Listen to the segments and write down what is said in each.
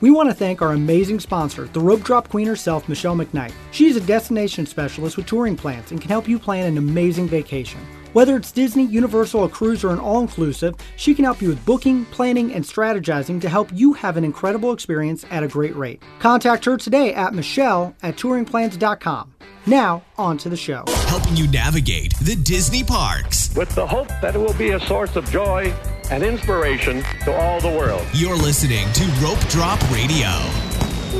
We want to thank our amazing sponsor, the rope drop queen herself, Michelle McKnight. She is a destination specialist with touring plans and can help you plan an amazing vacation. Whether it's Disney, Universal, a cruise, or an all inclusive, she can help you with booking, planning, and strategizing to help you have an incredible experience at a great rate. Contact her today at Michelle at touringplans.com. Now, on to the show. helping you navigate the Disney parks. with the hope that it will be a source of joy and inspiration to all the world. You're listening to Rope Drop Radio.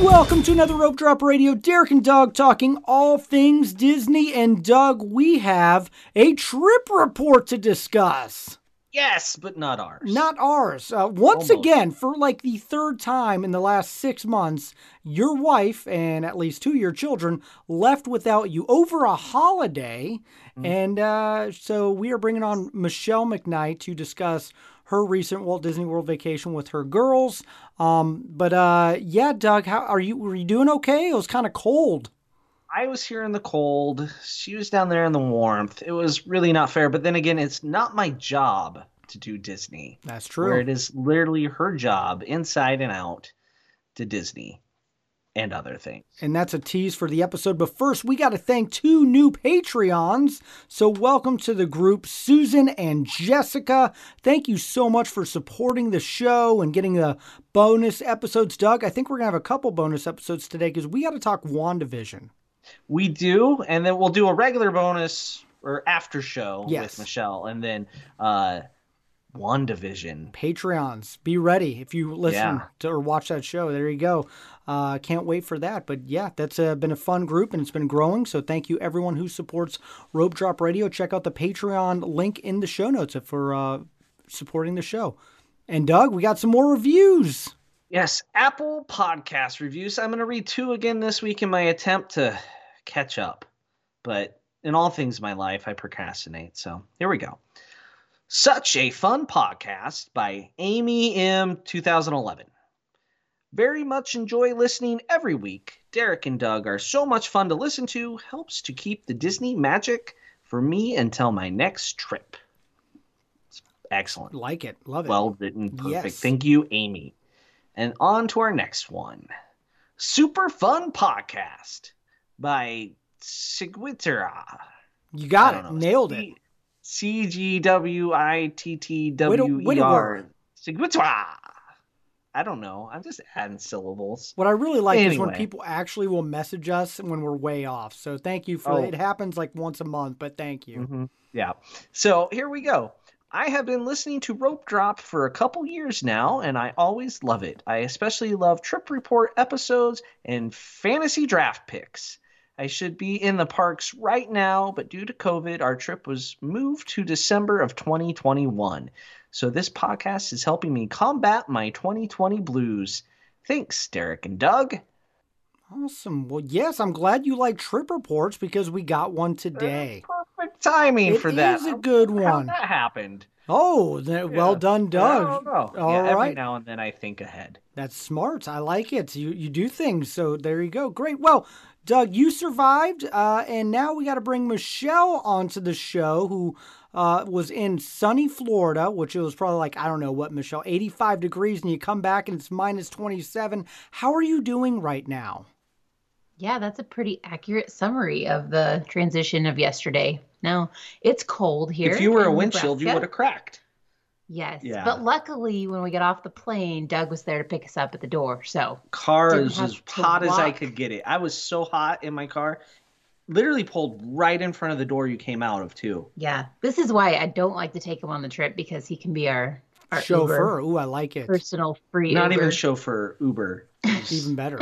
Welcome to another Rope Drop Radio. Derek and Doug talking all things Disney. And Doug, we have a trip report to discuss. Yes, but not ours. Not ours. Uh, once Almost. again, for like the third time in the last six months, your wife and at least two of your children left without you over a holiday. And uh, so we are bringing on Michelle McKnight to discuss her recent Walt Disney World vacation with her girls. Um, but uh, yeah, Doug, how are you? Were you doing okay? It was kind of cold. I was here in the cold. She was down there in the warmth. It was really not fair. But then again, it's not my job to do Disney. That's Where true. it is literally her job, inside and out, to Disney and other things. And that's a tease for the episode. But first, we got to thank two new Patreons. So, welcome to the group, Susan and Jessica. Thank you so much for supporting the show and getting the bonus episodes. Doug, I think we're going to have a couple bonus episodes today because we got to talk WandaVision. We do, and then we'll do a regular bonus or after show Yes. with Michelle, and then uh, WandaVision. Patreons, be ready if you listen Yeah. to or watch that show. There you go. Uh, can't wait for that. But yeah, that's uh, been a fun group and it's been growing. So thank you everyone who supports Rope Drop Radio. Check out the Patreon link in the show notes for uh, supporting the show. And Doug, we got some more reviews. Yes, Apple Podcast reviews. I'm going to read two again this week in my attempt to catch up. But in all things in my life, I procrastinate. So here we go. Such a fun podcast by Amy M. 2011. Very much enjoy listening every week. Derek and Doug are so much fun to listen to. Helps to keep the Disney magic for me until my next trip. It's excellent Like it, love it. well written, perfect. Yes. Thank you, Amy. And on to our next one Super Fun Podcast by Sigwitera. you got it, nailed it. C G W I T T Widow- W E R. widower. Sigwitera. I don't know. I'm just adding syllables. What I really like is when Anyway. people actually will message us when we're way off. So thank you for Oh. it. Happens like once a month, but thank you. Mhm. Yeah. So here we go. I have been listening to Rope Drop for a couple years now, and I always love it. I especially love trip report episodes and fantasy draft picks. I should be in the parks right now, but due to COVID, our trip was moved to December of 2021. So this podcast is helping me combat my 2020 blues. Thanks, Derek and Doug. Awesome. Well, yes, I'm glad you like trip reports because we got one today. Perfect timing It for that. is a good How one. that happened. Oh, th- well Yeah. done, I don't Doug. know. All yeah, Every right. now and then I think ahead. That's smart. I like it. You you do things. So there you go. Great. Well, Doug, you survived, uh, and now we got to bring Michelle onto the show, who uh, was in sunny Florida, which it was probably like I don't know what Michelle, 85 degrees, and you come back and it's minus 27. How are you doing right now? Yeah, that's a pretty accurate summary of the transition of yesterday. Now, it's cold here. if you were a in windshield, you would Nebraska. have cracked. Yes. Yeah. But luckily, when we got off the plane, Doug was there to pick us up at the door. So, Car Didn't is have as to hot as I walk. could get it. I was so hot in my car, literally pulled right in front of the door you came out of too. yeah, this is why I don't like to take him on the trip because he can be our, our Chauffeur. Uber, Ooh, I like it. personal free. Not Uber. even chauffeur, Uber. Even better.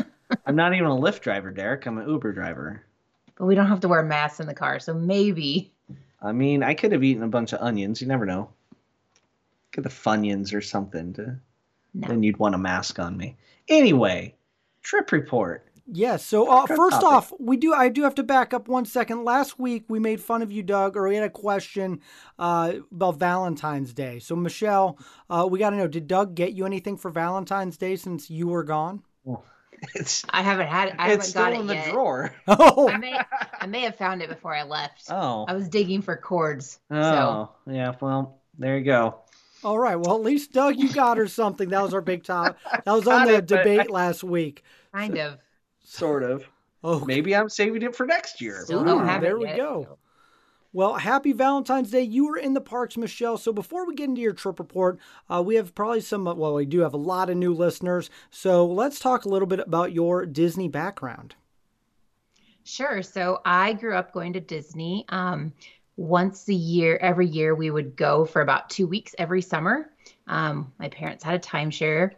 I'm not even a Lyft driver, Derek. I'm an Uber driver. But we don't have to wear masks in the car. So maybe. I mean, I could have eaten a bunch of onions. You never know. Get the funyuns or something. To, No. Then you'd want a mask on me. Anyway, trip report. Yes. So uh, Good first off, topic. we do. I do have to back up one second. Last week we made fun of you, Doug, or we had a question uh, about Valentine's Day. So Michelle, uh, we got to know: Did Doug get you anything for Valentine's Day since you were gone? It's I haven't had I haven't it's still got it in the yet. drawer. Oh, I may, I may have found it before I left. Oh. I was digging for cords. Oh, yeah. Well, there you go. All right. Well, at least Doug, you got her something. That was our big top. That was on Got the it, but- debate last week. Kind of. Sort of. Oh, Maybe I'm saving it for next year. Still Ooh, don't have Hmm, there it we yet, go. so. Well, happy Valentine's Day. You were in the parks, Michelle. So before we get into your trip report, uh, we have probably some, well, we do have a lot of new listeners. So let's talk a little bit about your Disney background. Sure. So I grew up going to Disney. Um, once a year, every year, we would go for about two weeks every summer. Um, my parents had a timeshare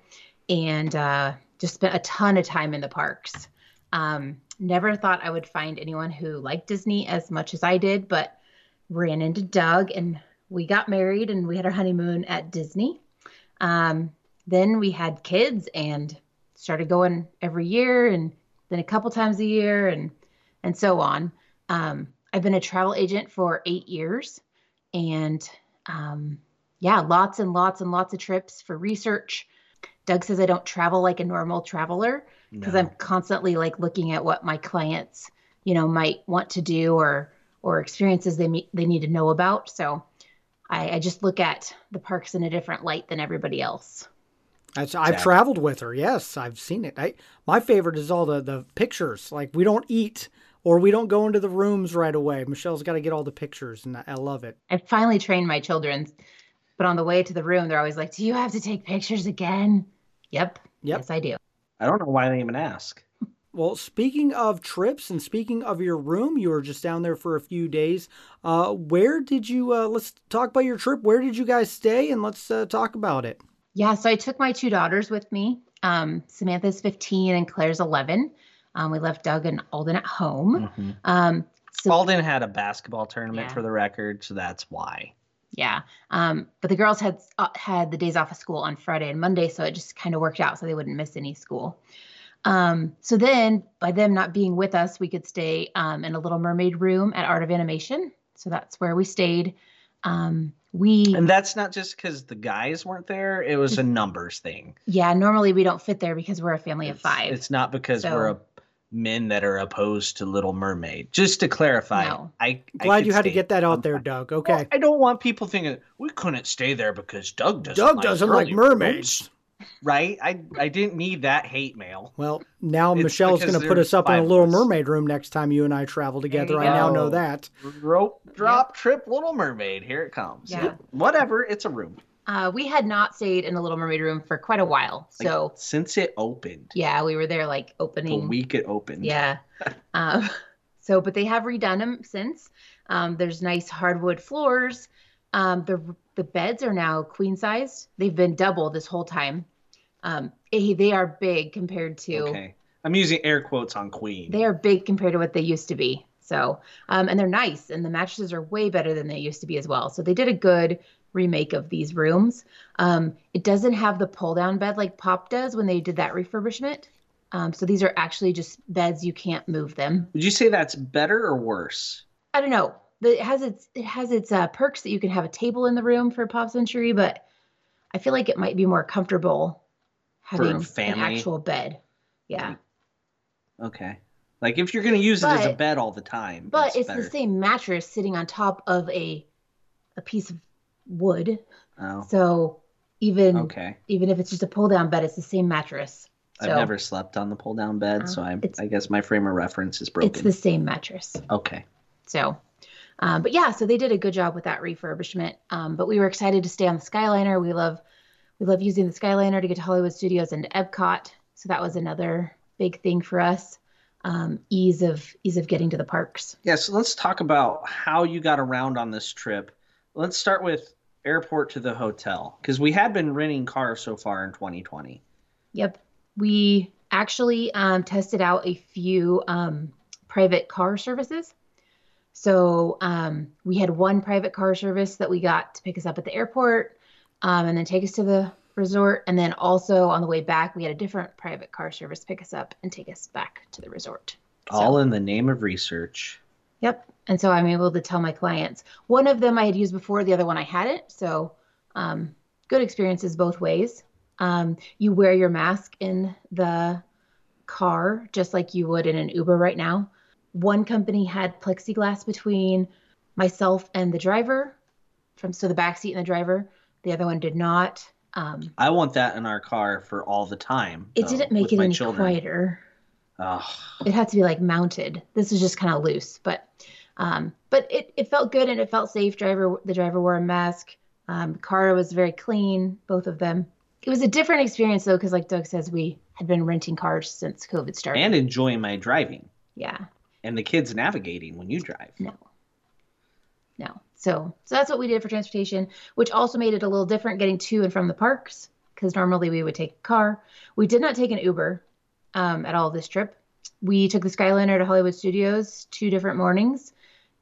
and uh, just spent a ton of time in the parks. Um, never thought I would find anyone who liked Disney as much as I did, but ran into Doug and we got married and we had our honeymoon at Disney. Um, then we had kids and started going every year and then a couple times a year and and so on. Um, I've been a travel agent for eight years, and um, yeah, lots and lots and lots of trips for research. Doug says I don't travel like a normal traveler because I'm constantly like looking at what my clients, you know, might want to do or or experiences they me- they need to know about. So I, I just look at the parks in a different light than everybody else. That's, I've traveled with her. Yes, I've seen it. I, my favorite is all the, the pictures. Like, we don't eat or we don't go into the rooms right away. Michelle's got to get all the pictures, and I, I love it. I finally trained my children, but on the way to the room, they're always like, "Do you have to take pictures again?" Yep. Yep. Yes, I do. I don't know why they even ask. Well, speaking of trips and speaking of your room, you were just down there for a few days. Uh, where did you? Uh, let's talk about your trip. Where did you guys stay? And let's uh, talk about it. Yeah, so I took my two daughters with me. Um, Samantha's 15 and Claire's 11. Um, we left Doug and Alden at home. Mm-hmm. Mm. Um, so Alden had a basketball tournament Yeah. for the record, so that's why. yeah, um, but the girls had uh, had the days off of school on Friday and Monday, so it just kind of worked out so they wouldn't miss any school. Um, so then, by them not being with us, we could stay um, in a Little Mermaid room at Art of Animation. So that's where we stayed. Um, we And that's not just because the guys weren't there; it was a numbers thing. yeah, normally we don't fit there because we're a family of It's- five. It's not because So- we're a, men that are opposed to Little Mermaid. Just to clarify, No. I I Glad could you had to stay- get that out there, Doug. Okay. Well, I don't want people thinking we couldn't stay there because Doug doesn't. Doug like doesn't like girly mermaids. rooms." right? I I didn't need that hate mail. Well, now It's Michelle's because going to put us there's up in a five of Little us. Mermaid room next time you and I travel together. you I now know go. that. Rope drop trip Little Mermaid. Here it comes. Yeah. Whatever. It's a room. Uh, we had not stayed in the Little Mermaid room for quite a while. Like, So since it opened, yeah, we were there like the opening. week it opened, Yeah. um, so, but they have redone them since. Um, there's nice hardwood floors. Um, the the beds are now queen sized. They've been double this whole time. Um, eh, they are big compared to Okay. I'm using air quotes on Queen. they are big compared to what they used to be. So, um, and they're nice, and the mattresses are way better than they used to be as well. So they did a good remake of these rooms. Um, it doesn't have the pull down bed like Pop does when they did that refurbishment. Um, so these are actually just beds you can't move them. Would you say that's better or worse? I don't know. The- It has its it has its uh, perks that you can have a table in the room for Pop Century, but I feel like it might be more comfortable a having an family. Mm, actual bed. Yeah. Okay. Like if you're going to use it as a But- bed all the time. But it's better. the same mattress sitting on top of a a piece of wood. Oh, So even okay. even if it's just a pull down bed, it's the same mattress. So I've never slept on the pull down bed, Oh, so I, it's- I guess my frame of reference is it's broken. the same mattress. Okay. So um, but yeah, so they did a good job with that refurbishment. Um, but we were excited to stay on the Skyliner. We love we love using the Skyliner to get to Hollywood Studios and to Epcot. So that was another big thing for us. Um, ease of ease of getting to the parks. Yeah, so let's talk about how you got around on this trip. Let's start with airport to the hotel because we had been renting cars so far in 2020. Yep. We actually um, tested out a few um, private car services. So um, we had one private car service that we got to pick us up at the airport um, and then take us to the resort. And then also on the way back, we had a different private car service pick us up and take us back to the resort. All in the name of research. Yep. And so I'm able to tell my clients. One of them I had used before, the other one I hadn't. So um, good experiences both ways. Um, you wear your mask in the car just like you would in an Uber right now. One company had plexiglass between myself and the driver, from so the back seat and the driver. The other one did not. Um, I want that in our car for all the time. it though, didn't Oh, with make it my any children. quieter. Ugh. It had to be like mounted. This was just kind of loose, but um, but it, it felt good and it felt safe. Driver the driver wore a mask. Um, car was very clean. Both of them. It was a different experience though, because like Doug says, we had been renting cars since COVID started. and enjoying my driving yeah. and the kids navigating when you drive. No. No. So so that's what we did for transportation, which also made it a little different getting to and from the parks because normally we would take a car. We did not take an Uber um, at all this trip. We took the Skyliner to Hollywood Studios two different mornings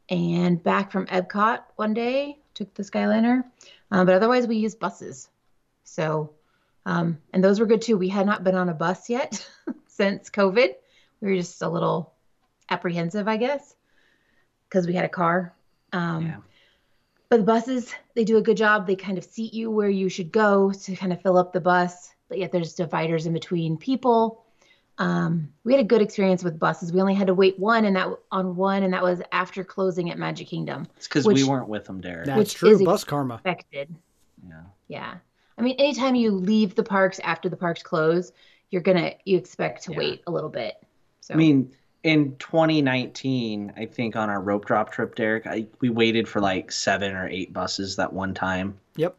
and back from Epcot one day, took the Skyliner. Um, but otherwise, we used buses. So, um, and those were good too. We had not been on a bus yet since COVID. We were just a little apprehensive, I guess, because we had a car. Um, Yeah. But the buses, they do a good job. They kind of seat you where you should go to kind of fill up the bus, but yet there's dividers in between people. Um, we had a good experience with buses. We only had to wait one, and that on one, and that was after closing at Magic Kingdom It's because Which- we weren't with them, Derek. That's Which true. is- Bus karma. affected. Yeah. Yeah. I mean, anytime you leave the parks after the parks close, you're gonna you expect to Yeah. wait a little bit. So I mean, in 2019, I think on our rope drop trip, Derek, I, we waited for like seven or eight buses that one time. Yep.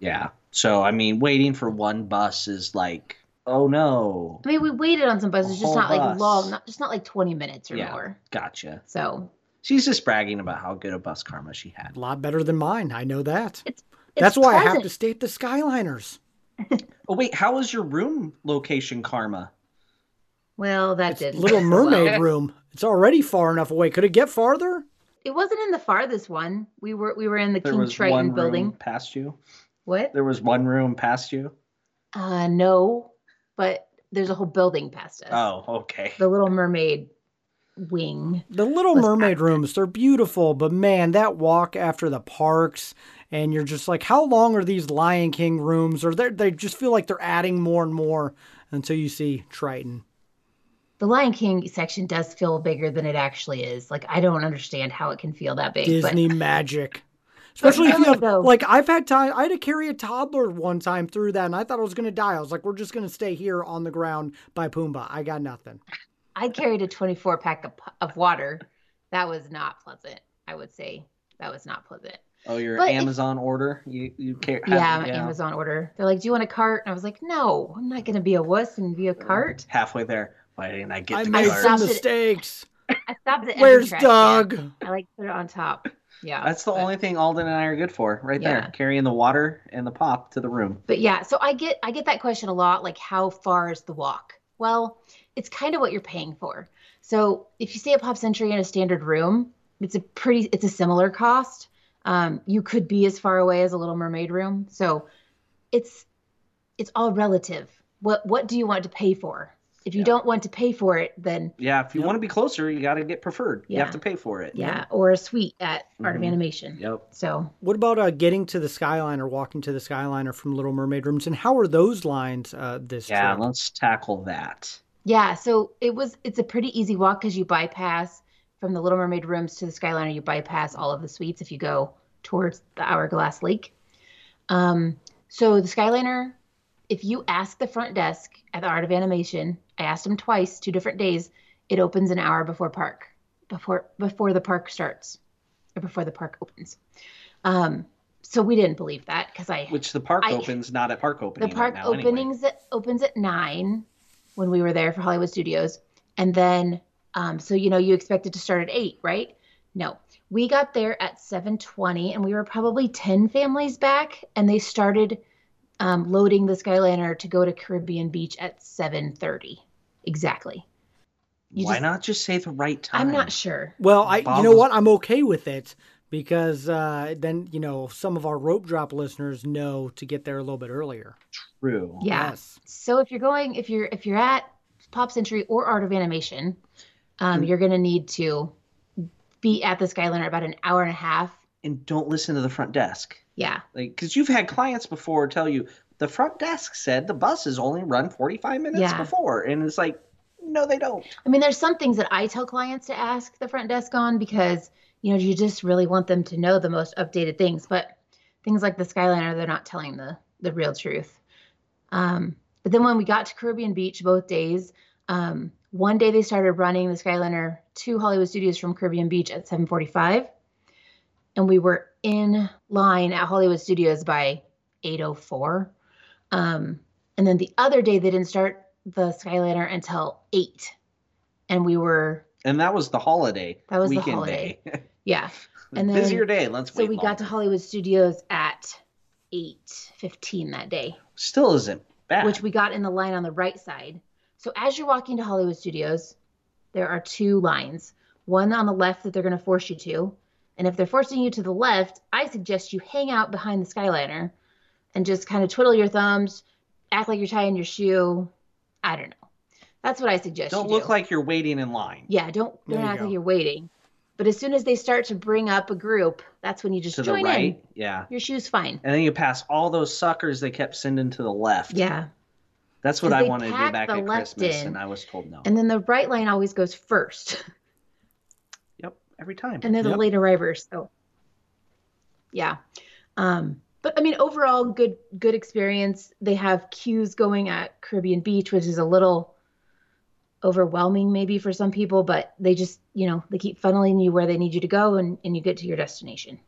Yeah. So, I mean, waiting for one bus is like, oh no. I mean, we waited on some buses, A just whole not like bus. long, not just not like 20 minutes or Yeah. more. Gotcha. So She's just bragging about how good a bus karma she had. A lot better than mine. I know that. it's, it's That's why I have to pleasant. state the Skyliners. Oh, wait, how was your room location karma? Well, that did Little Mermaid room. It's already far enough away. Could it get farther? It wasn't in the farthest one. We were we were in the There King was Triton one building. room past you. What? There was one room past you. Uh, no, but there's a whole building past us. Oh, okay. The Little Mermaid wing. The Little Was Mermaid rooms, they're beautiful, but man, that walk after the parks, and you're just like, how long are these Lion King rooms? Or they they just feel like they're adding more and more until you see Triton. the Lion King section does feel bigger than it actually is. Like I don't understand how it can feel that big. Disney magic. Especially if you really, have, though- like, I've had time, I had to carry a toddler one time through that, and I thought I was going to die. I was like, we're just going to stay here on the ground by Pumbaa. I got nothing. But I carried a 24 pack of, of water. That was not pleasant. I would say that was not pleasant. Oh, your But it- Amazon order? You you care? Yeah, my Amazon order. They're like, "Do you want a cart?" And I was like, "No, I'm not going to be a wuss and be a cart." Halfway there. Why didn't I get I the made I card? some stopped it- mistakes. I stopped at every Where's trash can. Doug? I like put it on top. Yeah, That's the but- only thing Alden and I are good for, right Yeah. there, carrying the water and the pop to the room. But yeah, so I get I get that question a lot, like how far is the walk? Well, it's kind of what you're paying for. So if you stay at Pop Century in a standard room, it's a pretty it's a similar cost. Um, you could be as far away as a Little Mermaid room. So it's it's all relative. What what do you want to pay for? If you don't want to pay for it, then Yeah, if you want to be closer, you got to get preferred. You Yeah. have to pay for it. yeah, or a suite at Art of Animation. Mm-hmm. Yep. So What about uh, getting to the Skyline or walking to the Skyline or from Little Mermaid rooms? And how are those lines uh, this Yeah, trip? let's tackle that. Yeah, so it was it's a pretty easy walk because you bypass from the Little Mermaid rooms to the Skyliner, you bypass all of the suites if you go towards the Hourglass Lake. Um, so the Skyliner, if you ask the front desk at the Art of Animation, I asked them twice, two different days, it opens an hour before park, before before the park starts, or before the park opens. Um, so we didn't believe that because I Which the park I- opens not at park the opening. right park now anyway. openings at, opens at nine when we were there for Hollywood Studios, and then um, so you know you expect it to start at eight, right? No, we got there at seven twenty, and we were probably ten families back, and they started um, loading the Skyliner to go to Caribbean Beach at seven thirty exactly. You Why just- not just say the right time? I'm not sure. Well, I you know Boggles- what? I'm okay with it because uh, then you know some of our rope drop listeners know to get there a little bit earlier. True. Yeah. Yes. So if you're going, if you're if you're at Pop Century or Art of Animation, um, you're gonna need to be at the Skyliner about an hour and a half. And don't listen to the front desk. Yeah, Like, because you've had clients before tell you the front desk said the buses only run 45 minutes Yeah. before. And it's like, no, they don't. I mean, there's some things that I tell clients to ask the front desk on because you know you just really want them to know the most updated things. But things like the Skyliner, they're not telling the the real truth. Um, but then when we got to Caribbean Beach both days, um, one day they started running the Skyliner to Hollywood Studios from Caribbean Beach at 7:45, and we were in line at Hollywood Studios by 8:04. Um, and then the other day they didn't start the Skyliner until eight, and we were And that was the holiday. That was the weekend holiday. Day. yeah. And then Busier day. Let's so wait we got longer. to Hollywood Studios at 8:15 that day, Still isn't bad. which we got in the line on the right side. So as you're walking to Hollywood Studios, there are two lines. One on the left that they're going to force you to, and if they're forcing you to the left, I suggest you hang out behind the Skyliner and just kind of twiddle your thumbs, act like you're tying your shoe. I don't know. That's what I suggest. don't you look do. like you're waiting in line Yeah, don't There don't you act go. like you're waiting. But as soon as they start to bring up a group, that's when you just to the join right. in. Yeah. Your shoe's fine. And then you pass all those suckers they kept sending to the left. Yeah. That's what 'Cause I they wanted to do packed back the at left Christmas, in, and I was told no. And then the right lane always goes first. yep, every time. And they're the Yep. late arrivers. So yeah. Um, but I mean overall good good experience. They have queues going at Caribbean Beach, which is a little overwhelming maybe for some people, but they just, you know, they keep funneling you where they need you to go and, and you get to your destination.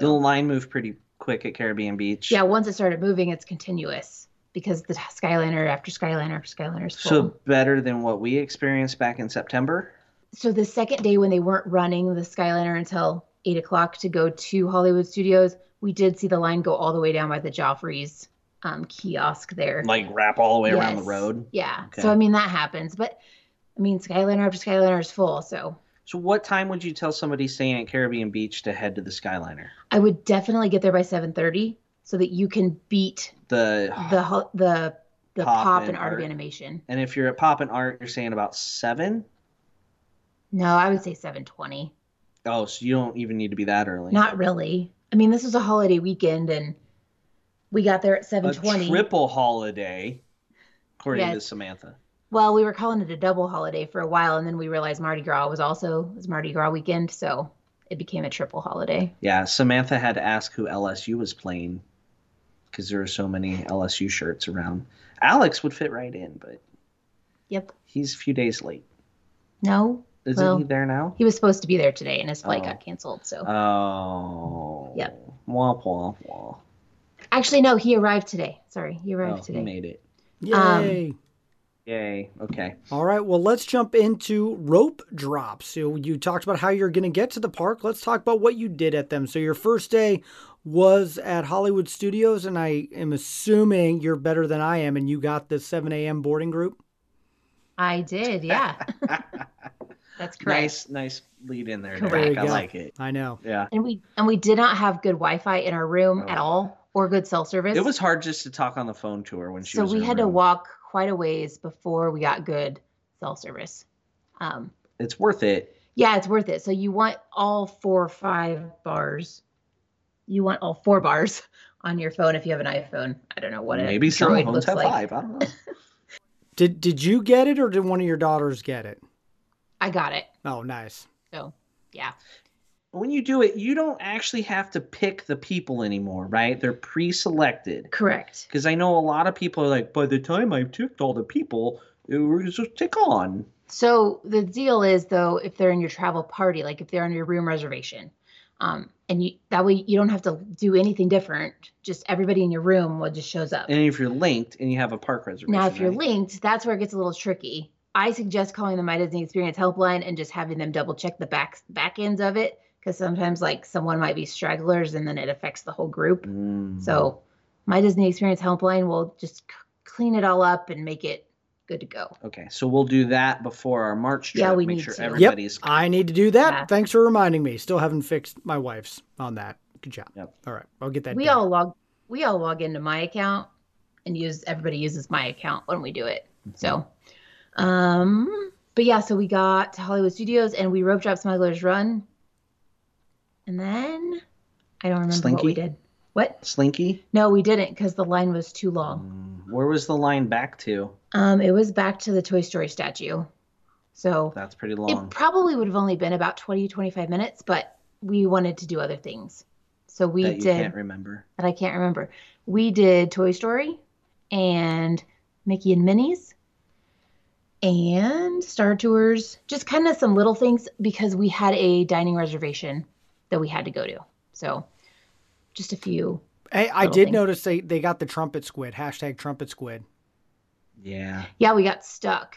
the line moved pretty quick at Caribbean Beach. Yeah, once it started moving, it's continuous because the Skyliner after Skyliner after Skyliner is full. So better than what we experienced back in September. So the second day when they weren't running the Skyliner until eight o'clock to go to Hollywood Studios, we did see the line go all the way down by the Joffrey's um, kiosk there. Like wrap all the way around the Yes. road. Yeah. Okay. So I mean that happens, but I mean Skyliner after Skyliner is full, so So what time would you tell somebody staying at Caribbean Beach to head to the Skyliner? I would definitely get there by seven thirty so that you can beat The the ho- the the Ah. Pop pop, and and, art of Art. animation. and if you're at Pop and Art, you're saying about seven. No, I would say seven twenty. Oh, so you don't even need to be that early. Not really. I mean, this was a holiday weekend, and we got there at a seven twenty. triple holiday, according Yeah. to Samantha. Well, we were calling it a double holiday for a while, and then we realized Mardi Gras was also was Mardi Gras weekend, so it became a triple holiday. Yeah, Samantha had to ask who LSU was playing because there were so many LSU shirts around. Alex would fit right in, but Yep. he's a few days late. No, Isn't Well- he there now? he was supposed to be there today, and his flight Oh. got canceled. So Oh. Yep. Womp womp womp. actually, no, he arrived today. Sorry, he Oh, arrived he today. made it. Um, Yay. Yay. Okay. All right, well, let's jump into rope drops. So you talked about how you're going to get to the park. Let's talk about what you did at them. So your first day was at Hollywood Studios, and I am assuming you're better than I am, and you got the 7 a.m. boarding group. I did, yeah. That's correct. Nice, nice lead in there, Correct. There Derek. you I go. like it. I know. Yeah. And we and we did not have good Wi-Fi in our Oh. room at all, or good cell service. It was hard just to talk on the phone to her when she so was. we in her had to room. walk quite a ways before we got good cell service. Um, It's worth it. yeah, it's worth it. So you want all four or five bars. You want all four bars on your phone if you have an iPhone. I don't know what a Maybe some Droid phones looks have like. five. I don't know. Did Did you get it, or did one of your daughters get it? I got it. Oh, nice. So yeah, when you do it, you don't actually have to pick the people anymore, right? They're pre-selected. correct. Because I know a lot of people are like, by the time I've ticked all the people, it was just tick on. So the deal is though, if they're in your travel party, like if they're on your room reservation, um, and you that way you don't have to do anything different. Just everybody in your room will just shows up. And if you're linked and you have a park reservation, Now, if you're right? linked, that's where it gets a little tricky. I suggest calling the My Disney Experience helpline and just having them double check the back back ends of it because sometimes like someone might be stragglers and then it affects the whole group. Mm. So, My Disney Experience helpline will just c- clean it all up and make it good to go. okay, so we'll do that before our March trip. Yeah, we Make need sure to. Yep. everybody's I need to do that. Yeah. Thanks for reminding me. Still haven't fixed my wife's on that. Good job. Yep. All right, I'll get that. We done. all log we all log into my account and use everybody uses my account when we do it. Mm-hmm. So, um, but yeah, so we got to Hollywood Studios and we rope drop Smuggler's Run, and then I don't remember what Slinky? we did. What? slinky. No, we didn't because the line was too long. Where was the line back to? Um, it was back to the Toy Story statue, so That's pretty it long. probably would have only been about 20, 25 minutes, but we wanted to do other things. So we that you did can't remember. that I can't remember. We did Toy Story and Mickey and Minnie's and Star Tours, just kind of some little things because we had a dining reservation that we had to go to. So just a few. Hey, I Little did thing. notice they, they got the trumpet squid, hashtag trumpet squid. Yeah. Yeah, we got stuck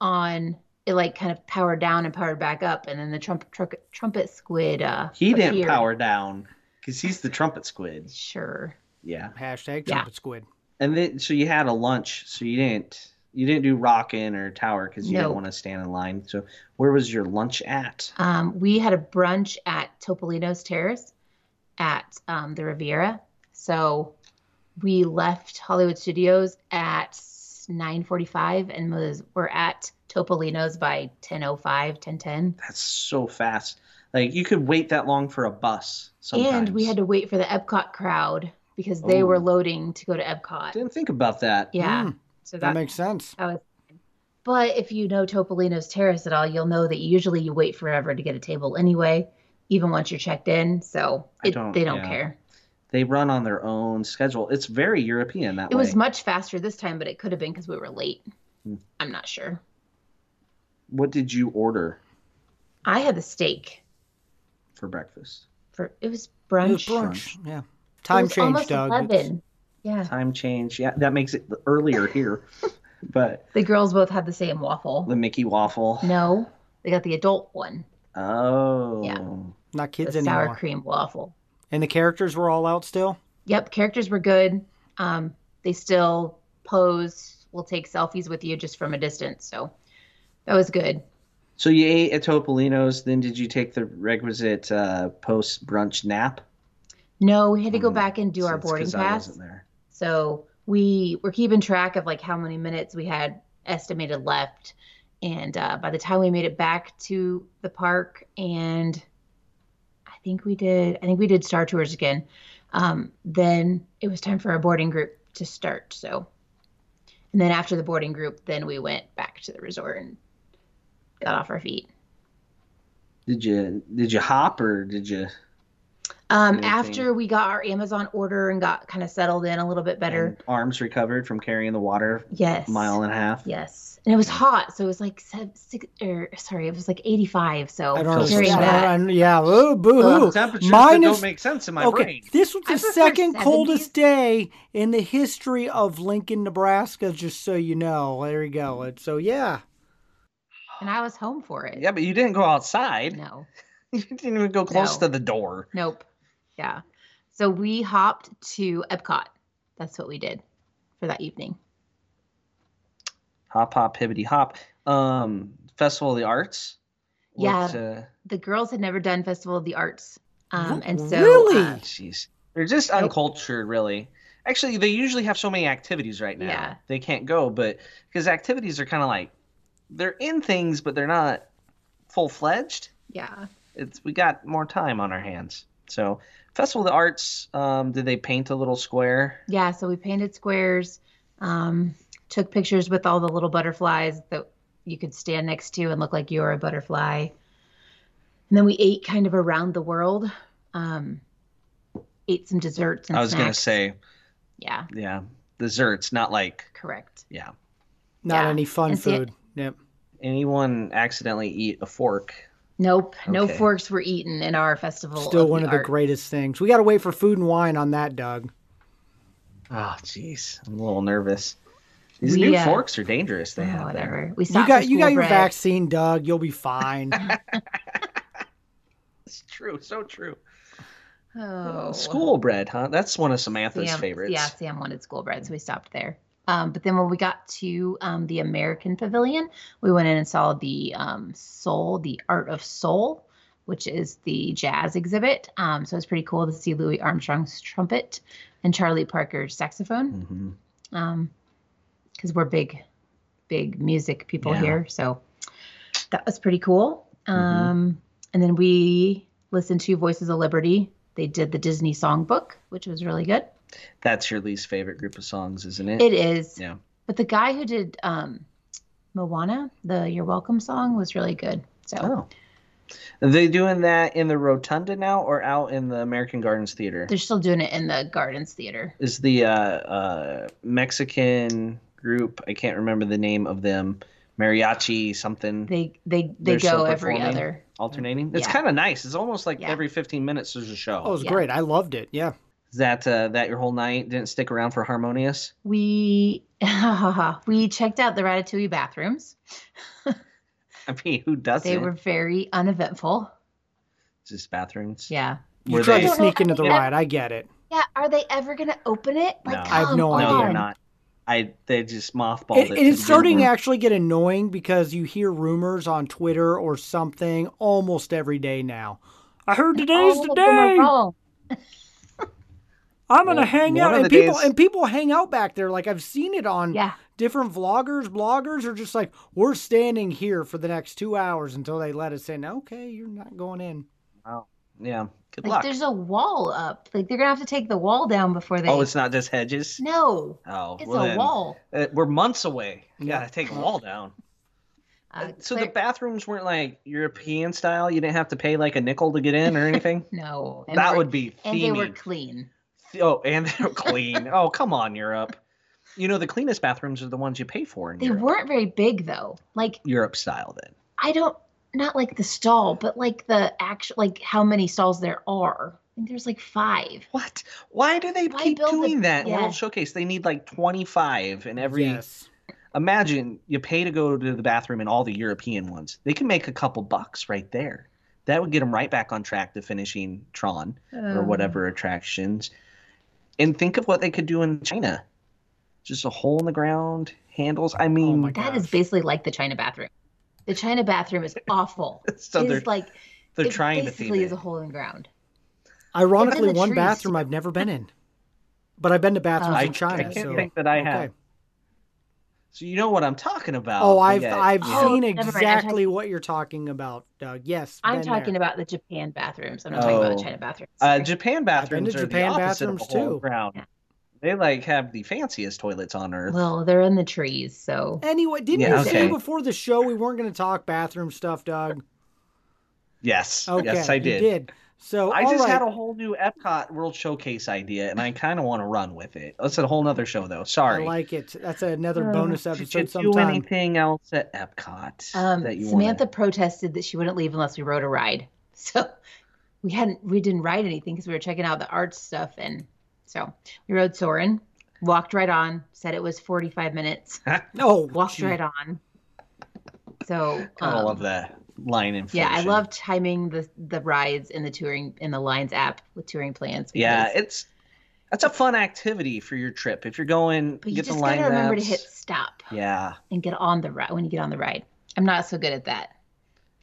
on it, like kind of powered down and powered back up. And then the trump, truck trumpet squid. Uh, He didn't appeared. power down because he's the trumpet squid. Sure. Yeah. Hashtag Yeah. trumpet squid. And then so you had a lunch, so you didn't you didn't do rockin' or tower because you Nope. didn't want to stand in line. So where was your lunch at? Um, we had a brunch at Topolino's Terrace at um, the Riviera. So we left Hollywood Studios at 9:45 and was we're at Topolino's by 10:05, 10:10. That's so fast. Like you could wait that long for a bus. Sometimes. And we had to wait for the Epcot crowd because they Oh. were loading to go to Epcot. Didn't think about Hmm. that. Yeah. Mm, So That that, makes sense. that was But if you know Topolino's Terrace at all, you'll know that usually you wait forever to get a table anyway, even once you're checked in. So I it, don't- they don't yeah. care. They run on their own schedule. It's very European that It way. was much faster this time, but it could have been because we were late. Hmm. I'm not sure. what did you order I had the steak for breakfast? for it was It was brunch. brunch. Yeah. It Time was change, almost Doug. It's- Eleven. Yeah, Time change. Yeah, that makes it earlier here. but the girls both had the same waffle. the Mickey waffle. No, they got the adult one, Oh. Not the kids sour anymore. cream waffle. And the characters were all out still? Yep, characters were good. Um, they still pose. We'll take selfies with you just from a distance. So that was good. So you ate at Topolino's, then did you take the requisite uh, post brunch nap? No, we had to go Hmm. Mm, back and do our Since- boarding 'cause I pass. wasn't there. So we were keeping track of like how many minutes we had estimated left. And uh, by the time we made it back to the park, and I think we did, I think we did Star Tours again. Um, then it was time for our boarding group to start. So, and then after the boarding group, then we went back to the resort and got off our feet. Did you did you hop or did you Um, Amazing. after we got our Amazon order and got kind of settled in a little bit better, and arms recovered from carrying the water yes, mile and a half? Yes, and it was hot, so it was like seven, six, or sorry, it was like eighty-five. So I don't hearing understand. that, I don't- yeah. Oh, boo Ugh. hoo. Temperatures that Minus- don't make sense in my okay, brain. this was the I prefer second 70s. coldest day in the history of Lincoln, Nebraska. Just so you know, there you go. And so yeah, and I was home for it. Yeah, but you didn't go outside. No, You didn't even go close No. to the door. nope. Yeah, so we hopped to Epcot. That's what we did for that evening. Hop hop hibbity hop. Um Festival of the Arts. What, Yeah. uh, The girls had never done Festival of the Arts, um, Wh- and so really? uh, Jeez. They're just Nope. uncultured, really. Actually, they usually have so many activities right now. Yeah. They can't go, but because activities are kind of like they're in things, but they're not full fledged. yeah, It's we got more time on our hands. So Festival of the Arts, um, did they paint a little square? yeah. So we painted squares, um, took pictures with all the little butterflies that you could stand next to and look like you were a butterfly. And then we ate kind of around the world. Um, ate some desserts and I was gonna snacks. say, yeah, yeah, desserts, not like correct. yeah. not Yeah. any fun And see, food. Yep. Anyone accidentally eat a fork? Nope, no Okay. forks were eaten in our festival. Still one of the art. greatest things. We got to wait for food and wine on that, Doug. Oh, jeez, I'm a little nervous. These We, new uh, forks are dangerous. They Oh, have there. whatever. We You stopped got for you got school your bread. vaccine, Doug. You'll be fine. It's true, so true. Oh, School bread, huh? That's one of Samantha's Sam, favorites. Yeah, Sam wanted school bread, so we stopped there. Um, but then when we got to um, the American Pavilion, we went in and saw the um, Soul, the Art of Soul, which is the jazz exhibit. Um, so it's pretty cool to see Louis Armstrong's trumpet and Charlie Parker's saxophone hmm because we're big, big music people Yeah. here. So that was pretty cool. Mm-hmm. Um, And then we listened to Voices of Liberty. They did the Disney songbook, which was really good. That's your least favorite group of songs, isn't it? It is. Yeah. But the guy who did um, Moana, the You're Welcome song, was really good. So Oh, Are they doing that in the rotunda now, or out in the American Gardens Theater? They're still doing it in the Gardens Theater. Is the uh, uh, Mexican group? I can't remember the name of them. Mariachi something. They they they They're go still every performing? other. alternating. It's Yeah. kind of nice. It's almost like Yeah. every 15 minutes there's a show. Oh, it was Yeah. great. I loved it. Yeah. Is that uh, that your whole night? Didn't stick around for harmonious. We we checked out the Ratatouille bathrooms. I mean, who doesn't? They were very uneventful. just bathrooms. Yeah. You Were tried they- to sneak into the Yeah. ride. I get it. Yeah. Are they ever gonna open it? Like, No. come I have no on. idea. No, they're not. I they just mothballed it. It, to it's the starting to rumor. actually get annoying because you hear rumors on Twitter or something almost every day now. I heard today's All the of them are day. wrong. I'm gonna Well, hang one out, of and the people days- and people hang out back there. Like I've seen it on Yeah. different vloggers. Bloggers are just like, we're standing here for the next two hours until they let us in. Okay, you're not going in. Yeah. Good Like luck. there's a wall up. Like they're gonna have to take the wall down before they. Oh, it's not just hedges. no. Oh, It's well a then, wall. uh, we're months away. You Yeah. gotta take a wall down. Uh, so Claire- the bathrooms weren't like European style. You didn't have to pay like a nickel to get in or anything. no. and that we're- would be theming. And they were clean. Oh, and they're clean. oh, come on, Europe. You know the cleanest bathrooms are the ones you pay for in They Europe. weren't very big though. Like Europe style then. I don't not like the stall, but like the actual like how many stalls there are. I think there's like five. What? Why do they Why keep build a- doing that in yeah. World Showcase? They need like 25 in every. Yes. Imagine you pay to go to the bathroom in all the European ones. They can make a couple bucks right there. That would get them right back on track to finishing Tron or Um, whatever attractions. And think of what they could do in China. Just a hole in the ground, handles. I mean, Oh my That is Gosh. basically like the China bathroom. The China bathroom is awful. So It they're- is like they're it trying to theme basically is it. a hole in the ground. Ironically, the one trees, bathroom I've never been in, but I've been to bathrooms Oh. in China. I can't so- think that I okay. have. So you know what I'm talking about. Oh, but I've yeah, I've yeah. seen Oh, never mind. I'm exactly what you're talking about, Doug. Yes, I'm been talking there. about the Japan bathrooms. I'm not talking about Oh. the China bathrooms. Uh, Sorry. Japan I've been bathrooms to are Japan the opposite of a bathrooms, hole in the too. ground. Yeah. They like have the fanciest toilets on earth. well, they're in the trees, so Anyway, didn't Yeah, you say okay. before the show we weren't going to talk bathroom stuff, Doug? yes, Okay, yes, I you did. So I all just had right. a whole new Epcot World Showcase idea, and I kind of want to run with it. That's a whole nother show, though. Sorry. I like it. That's another Oh, Uh, bonus Did you episode do sometime. anything else at Epcot um, that you Samantha wanna- protested that she wouldn't leave unless we rode a ride. So we hadn't we didn't ride anything because we were checking out the arts stuff, and so we rode Soren, walked right on, said it was 45 minutes, No, walked gee. right on. So Gotta um, love that line inflation. Yeah, I love timing the the rides in the touring in the lines app with touring plans. Yeah, because- it's that's a fun activity for your trip if you're going. but you get just the gotta line remember to maps. hit stop Yeah. and get on the ride when you get on the ride. I'm not so good at that.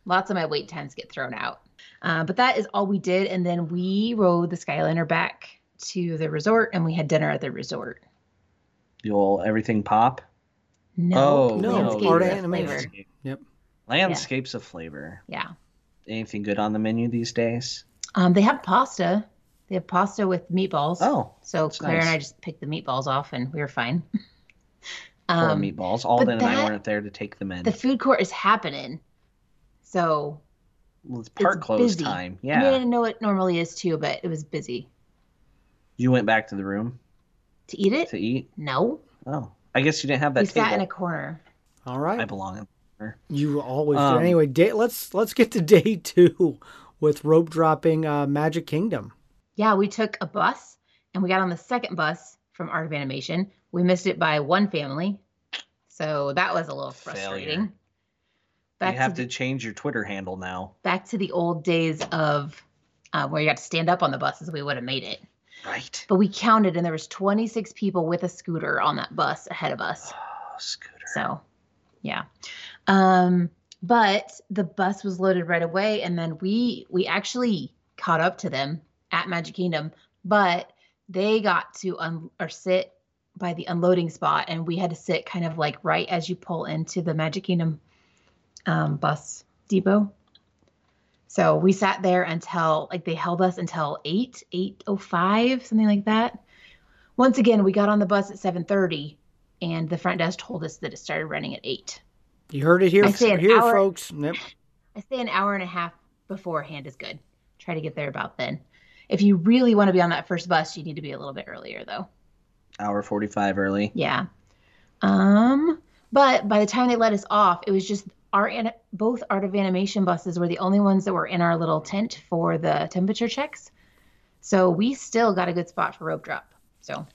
Lots of my wait times get thrown out. Uh, but that is all we did, and then we rode the Skyliner back to the resort, and we had dinner at the resort. You'll everything pop. No, oh no. landscapes Art of animation. flavor. Yep. Landscapes of flavor. Yeah. Anything good on the menu these days? Um, they have pasta. They have pasta with meatballs. Oh, so that's Claire and nice. I just picked the meatballs off, and we were fine. Or meatballs. Alden Um, but and I that- weren't there to take them in. the food court is happening. So Well, it's park it's close busy. time. I mean, I Yeah. didn't know it normally is too, but it was busy. You went back to the room To eat it? to eat. No. Oh, I guess you didn't have that we table. sat in a corner. All I right. belong. in- You always do. Um, Anyway, day, let's let's get to day two with rope dropping uh, Magic Kingdom. Yeah, we took a bus and we got on the second bus from Art of Animation. We missed it by one family. So that was a little Failure. frustrating. You Back have to, to the, change your Twitter handle now. back to the old days of uh, where you got to stand up on the buses. We would have made it. Right. But we counted and there was 26 people with a scooter on that bus ahead of us. Oh, scooter. So, yeah. Um, but the bus was loaded right away, and then we we actually caught up to them at Magic Kingdom, but they got to un or sit by the unloading spot, and we had to sit kind of like right as you pull into the Magic Kingdom um, bus depot. So we sat there until like they held us until eight eight oh five something like that. Once again, we got on the bus at seven thirty, and the front desk told us that it started running at eight. You heard it here, I say an here, hour- folks. Yep. I stay an hour and a half beforehand is good. Try to get there about then. If you really want to be on that first bus, you need to be a little bit earlier though. Hour 45 early. Yeah. Um, but by the time they let us off, it was just our an- both art of animation buses were the only ones that were in our little tent for the temperature checks. So we still got a good spot for rope drop. So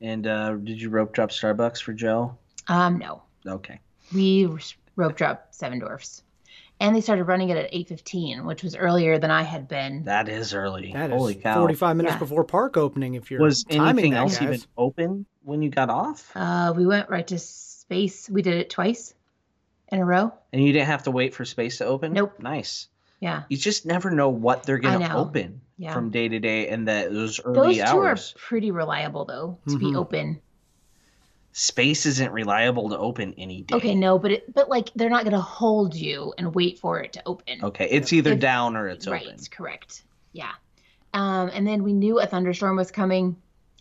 And uh, did you rope drop Starbucks for Joe? um no. Okay. We rope drop Seven Dwarfs. And they started running it at 8:15, which was earlier than I had been. That is early. That is Holy cow. 45 minutes Yeah. before park opening if you're Was timing anything that, else guys. even open when you got off? Uh, we went right to space. We did it twice in a row. And you didn't have to wait for space to open? Nope. Nice. Yeah. You just never know what they're I going to know. open Yeah. from day to day and that those Those early two hours. Mm-hmm. are pretty reliable though to be Mhm. open. Space isn't reliable to open any day. Okay, no, but it, but like they're not gonna hold you and wait for it to open. Okay, it's either If- down or it's right, open. correct. Yeah. Um, and then we knew a thunderstorm was coming,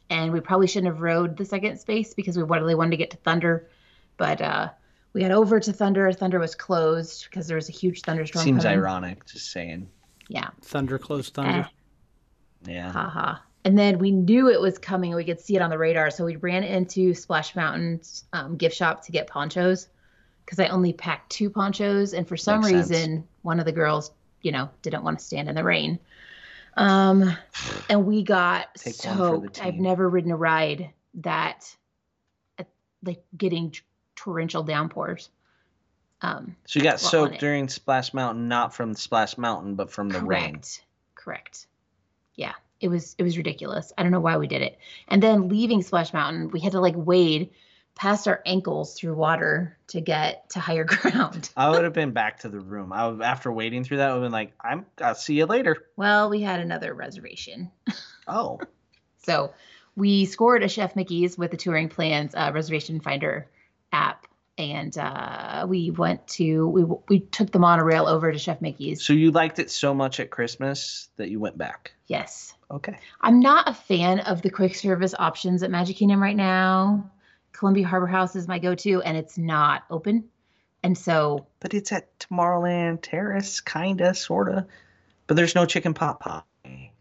and we probably shouldn't have rode the second space because we really wanted to get to thunder, but uh, we got over to thunder. Thunder was closed because there was a huge thunderstorm. Seems coming. ironic, just saying. Yeah. Thunder, close thunder. Eh. Yeah. Haha. And then we knew it was coming. We could see it on the radar. So we ran into Splash Mountain's um, gift shop to get ponchos because I only packed two ponchos. And for some Makes sense. reason, one of the girls, you know, didn't want to stand in the rain. Um, and we got Take one for the soaked. I've team. never ridden a ride that, uh, like, getting t- torrential downpours. Um, So you got Well, on soaked it. during Splash Mountain, not from Splash Mountain, but from the rain. correct correct yeah it was it was ridiculous i don't know why we did it and then leaving splash mountain we had to like wade past our ankles through water to get to higher ground I would have been back to the room. I would, after waiting through that, I would have been like, "I'm. I'll see you later." well we had another reservation Oh, so we scored a chef mickey's with the touring plans uh, reservation finder app and uh, we went to we we took the monorail over to chef mickey's so you liked it so much at Christmas that you went back? yes Okay. I'm not a fan of the quick service options at Magic Kingdom right now. Columbia Harbor House is my go-to, and it's not open. And so, But it's at Tomorrowland Terrace, kinda, sorta. But there's no chicken pot pie,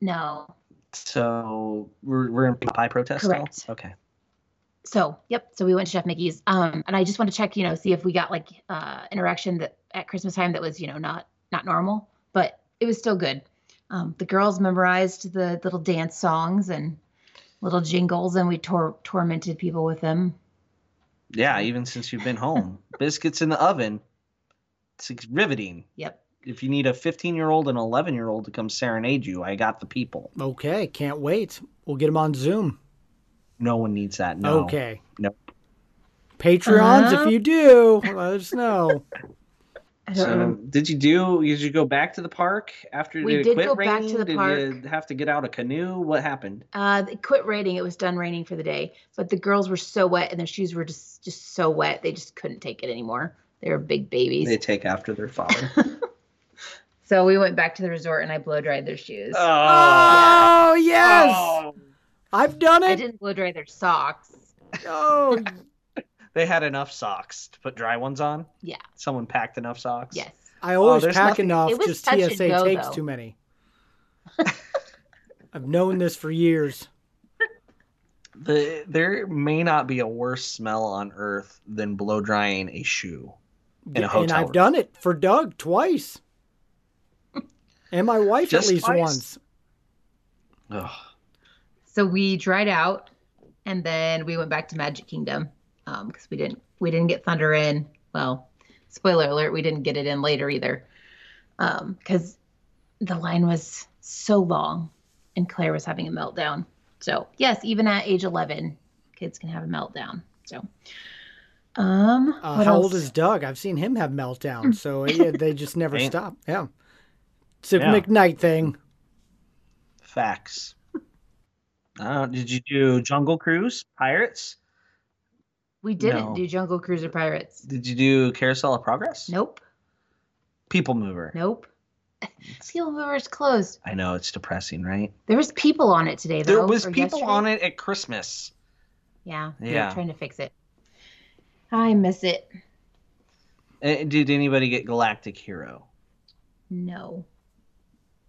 no. so we're we're in pie protest. now? Correct. Okay. So, yep. So we went to Chef Mickey's, um, and I just want to check, you know, see if we got like uh, interaction that at Christmas time that was, you know, not not normal, but it was still good. Um, the girls memorized the little dance songs and little jingles, and we tor- tormented people with them. Yeah. Even since you've been home, biscuits in the oven. It's riveting. Yep. if you need a 15 year old and 11 year old to come serenade you, I got the people. Okay, can't wait. We'll get them on Zoom. No one needs that. No. Okay. No. Patreons, Uh-huh. if you do, let us know. I don't So remember. did you do? Did you go back to the park after Uh-uh. We it did quit go raining? back to the did park. you have to get out a canoe? What happened? Uh, it quit raining. It was done raining for the day, but the girls were so wet and their shoes were just just so wet they just couldn't take it anymore. They were big babies. They take after their father. so we went back to the resort and I blow dried their shoes. Uh, Oh, yes. I've done I it. didn't blow dry their socks. Oh, They had enough socks to put dry ones on. Yeah. Someone packed enough socks. Yes. I always Oh, there's pack nothing- enough. It was Just touch and TSA go, takes though. too many. I've known this for years. The, there may not be a worse smell on earth than blow drying a shoe in a hotel. and I've room. done it for Doug twice. And my wife Just at least twice? once. Ugh. So we dried out and then we went back to Magic Kingdom because we didn't we didn't get Thunder in. Well, spoiler alert, we didn't get it in later either because the line was so long and Claire was having a meltdown. So yes, even at age eleven, kids can have a meltdown. So, um, Uh, what how else? old is Doug? I've seen him have meltdowns, so yeah, they just never Ain't- stop. Yeah. It's a Yeah. McKnight thing. Facts. Uh, did you do Jungle Cruise, Pirates? we didn't No. do Jungle Cruise or Pirates. Did you do Carousel of Progress? Nope, People Mover. nope. Seal Mover's closed. I know it's depressing, right? There was people on it today, though. There was or people yesterday. on it at Christmas. Yeah. Yeah. Yeah. Trying to fix it. I miss it. Uh, Eh, Did anybody get Galactic Hero? No.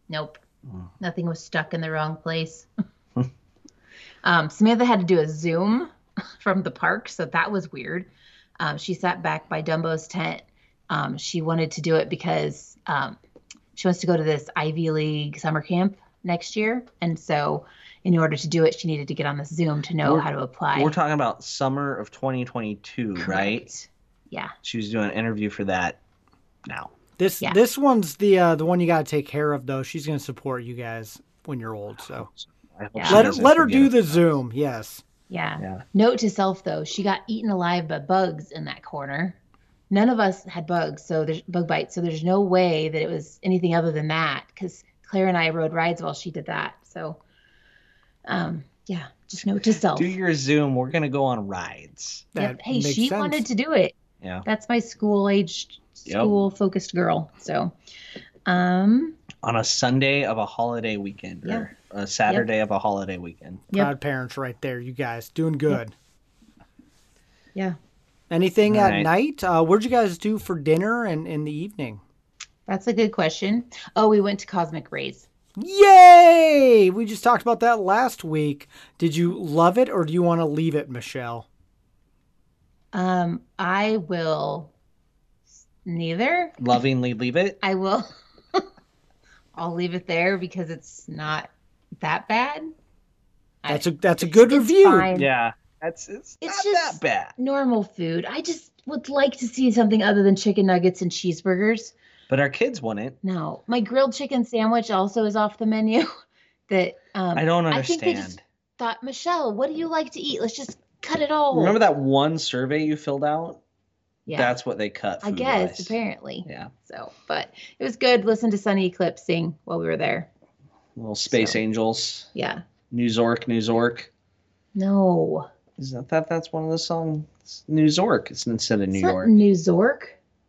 Nope. Mm. Nothing was stuck in the wrong place. um, Samantha had to do a Zoom from the park, so that was weird. Um, she sat back by Dumbo's tent. Um, she wanted to do it because um, she wants to go to this Ivy League summer camp next year, and so in order to do it, she needed to get on this Zoom to know We're- how to apply. We're talking about summer of 2022, right? Yeah. She was doing an interview for that now. This Yeah. this one's the uh, the one you got to take care of though. She's going to support you guys when you're old. So I hope Yeah. she let her doesn't let her forget do it. the Zoom. Yes. Yeah. Yeah. Note to self though, she got eaten alive by bugs in that corner. None of us had bugs, so there's bug bites, so there's no way that it was anything other than that because Claire and I rode rides while she did that. So, um, yeah, just note to self. Do your Zoom. We're gonna go on rides. Yep. That Hey, makes she sense. wanted to do it. Yeah. That's my school aged, Yep. school focused girl. So, um, On a Sunday of a holiday weekend or a Saturday of a holiday weekend. yep, Proud parents right there. You guys doing good. yeah, Anything All at right. night? Uh, what'd you guys do for dinner and in the evening? that's a good question. Oh, we went to Cosmic Rays. Yay! We just talked about that last week. Did you love it or do you want to leave it, Michelle? Um, I will neither. Lovingly leave it. I will. I'll leave it there because it's not that bad. I- That's a that's a good It's review. fine. Yeah. That's it's, It's not that just- bad. Normal food. I just would like to see something other than chicken nuggets and cheeseburgers. But our kids wouldn't. No, my grilled chicken sandwich also is off the menu. That um, I don't I think understand. they just thought, Michelle, what do you like to eat? Let's just cut it all. Remember that one survey you filled out? Oh. Yeah, That's what they cut. I guess food-wise. apparently. Yeah. So, but it was good. Listen to Sunny Eclipse sing while we were there. Little space So- angels. Yeah. New Zork, New Zork. No. Is that, that that's one of the songs? New Zork. It's instead of New It's not York. New Zork.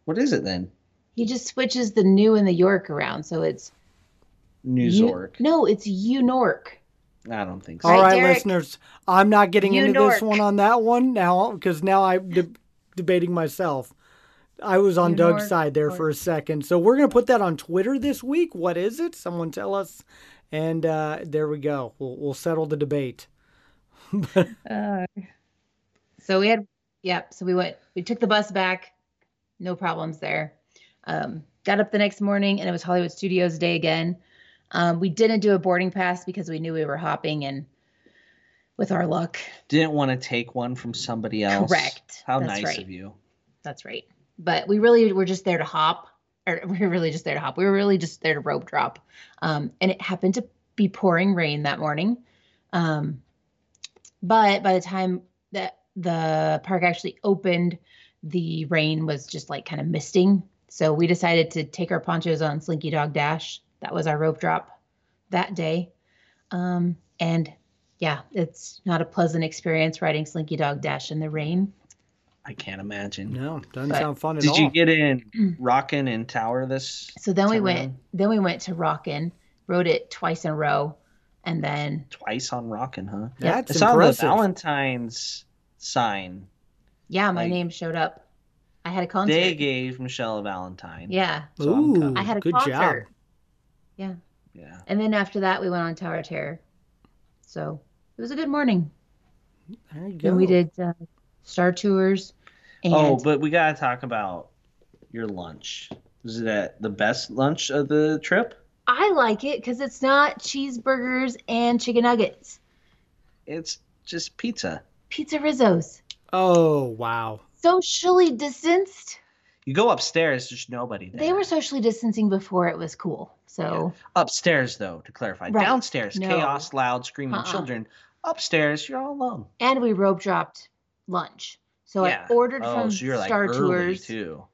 What is it then? He just switches the new and the York around, so it's New U- Zork. No, it's Unork. I don't think so. All Right, right, Derek? listeners, I'm not getting You into this dork. one on that one now because now I'm de- debating myself. I was on You Doug's dork, side there for a second, so we're gonna put that on Twitter this week. What is it? Someone tell us, and uh, there we go. We'll we'll settle the debate. So we had, yep. So we went, we took the bus back, no problems there. Um, got up the next morning, and it was Hollywood Studios day again. Um, we didn't do a boarding pass because we knew we were hopping, and with our luck, Didn't want to take one from somebody else. Oh. Correct. How That's nice right. of you. that's right. But we really were just there to hop, or we were really just there to hop. We were really just there to rope drop. Um, and it happened to be pouring rain that morning. Um, but by the time that the park actually opened, the rain was just like kind of misting. So we decided to take our ponchos on Slinky Dog Dash. That was our rope drop that day. Um, and yeah, it's not a pleasant experience riding Slinky Dog Dash in the rain. I can't imagine. No, doesn't But- sound fun at Did all. you get in Rockin' and Tower this So then we Turn went. around. Then we went to Rockin', rode it twice in a row, and then twice on Rockin', huh? That's it's impressive. on the Valentine's sign. yeah, my Like- name showed up. I had a concert. They gave Michelle a Valentine. yeah, So I'm Ooh, coming. I had a good concert. job. Yeah, Yeah. and then after that we went on Tower of Terror. So it was a good morning, There you go. and we did uh, Star Tours. And Oh, but we gotta talk about your lunch. Was it at the best lunch of the trip? I like it because it's not cheeseburgers and chicken nuggets, It's just pizza. pizza rizzos, Oh wow. socially distanced. You go upstairs, there's nobody there. They were socially distancing before it was cool. So upstairs though, to clarify. Right. Downstairs, No. chaos, loud, screaming Uh-uh. children. Upstairs, you're all alone. and we rope dropped lunch. So Yeah. I ordered Oh, from so you're like Star early Tours, too.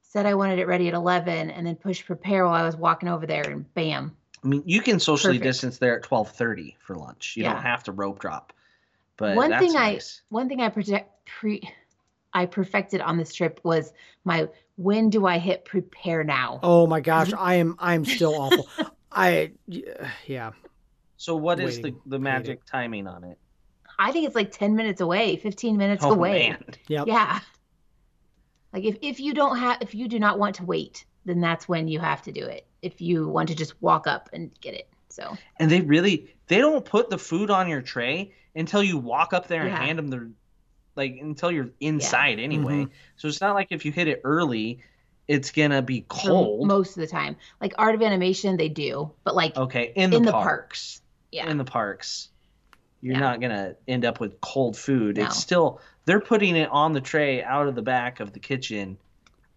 said I wanted it ready at 11, and then pushed prepare while I was walking over there, and bam. I mean, you can socially Perfect. distance there at twelve thirty for lunch. You Yeah. don't have to rope drop. But one that's thing nice. I one thing I project pre I perfected on this trip was my when do I hit prepare now? Oh my gosh, Mm-hmm. I am I am still awful. I yeah. So what is Waiting. the, the magic timing on it? I think it's like 10 minutes away, 15 minutes Oh, away. man. Yep. Yeah. Like if, if you don't have if you do not want to wait, then that's when you have to do it if you want to just walk up and get it. So And they really they don't put the food on your tray until you walk up there and Yeah. hand them the like until you're inside anyway. Mhm. So it's not like if you hit it early, it's gonna be for cold. Oh, most of the time, like art of animation, they do, but like okay, in in, the, the, park. parks, yeah, In the parks. You're Yeah. not gonna end up with cold food. No. It's still they're putting it on the tray out of the back of the kitchen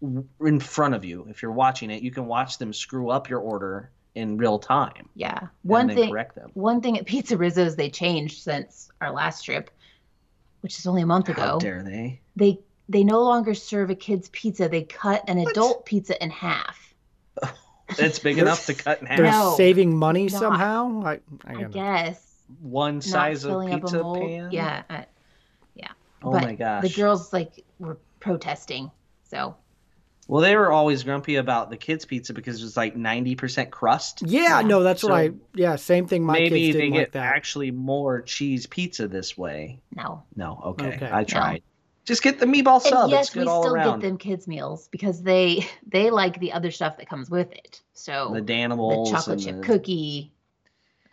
w- in front of you. If you're watching it, you can watch them screw up your order in real time. yeah. and One then thing, correct them. one thing at Pizza Rizzo's they changed since our last trip, which is only a month How ago. dare they? They they no longer serve a kid's pizza. They cut an adult pizza in half. It's big enough to cut in half. They're No. saving money Not. somehow. I, I, I don't know. guess one not size of filling pizza up a mold. pan. Yeah. I- Oh but my gosh. The girls like were protesting. So well, they were always grumpy about the kids' pizza because it was like ninety percent crust. Yeah, no, that's So right. Yeah, same thing. My Maybe kids they didn't get like that. actually more cheese pizza this way. no. No, okay, Okay. I tried. Just get the meatball And sub. yes, it's good we all still around. get them kids meals because they they like the other stuff that comes with it. So the the, Danimals, chocolate and chip the- cookie,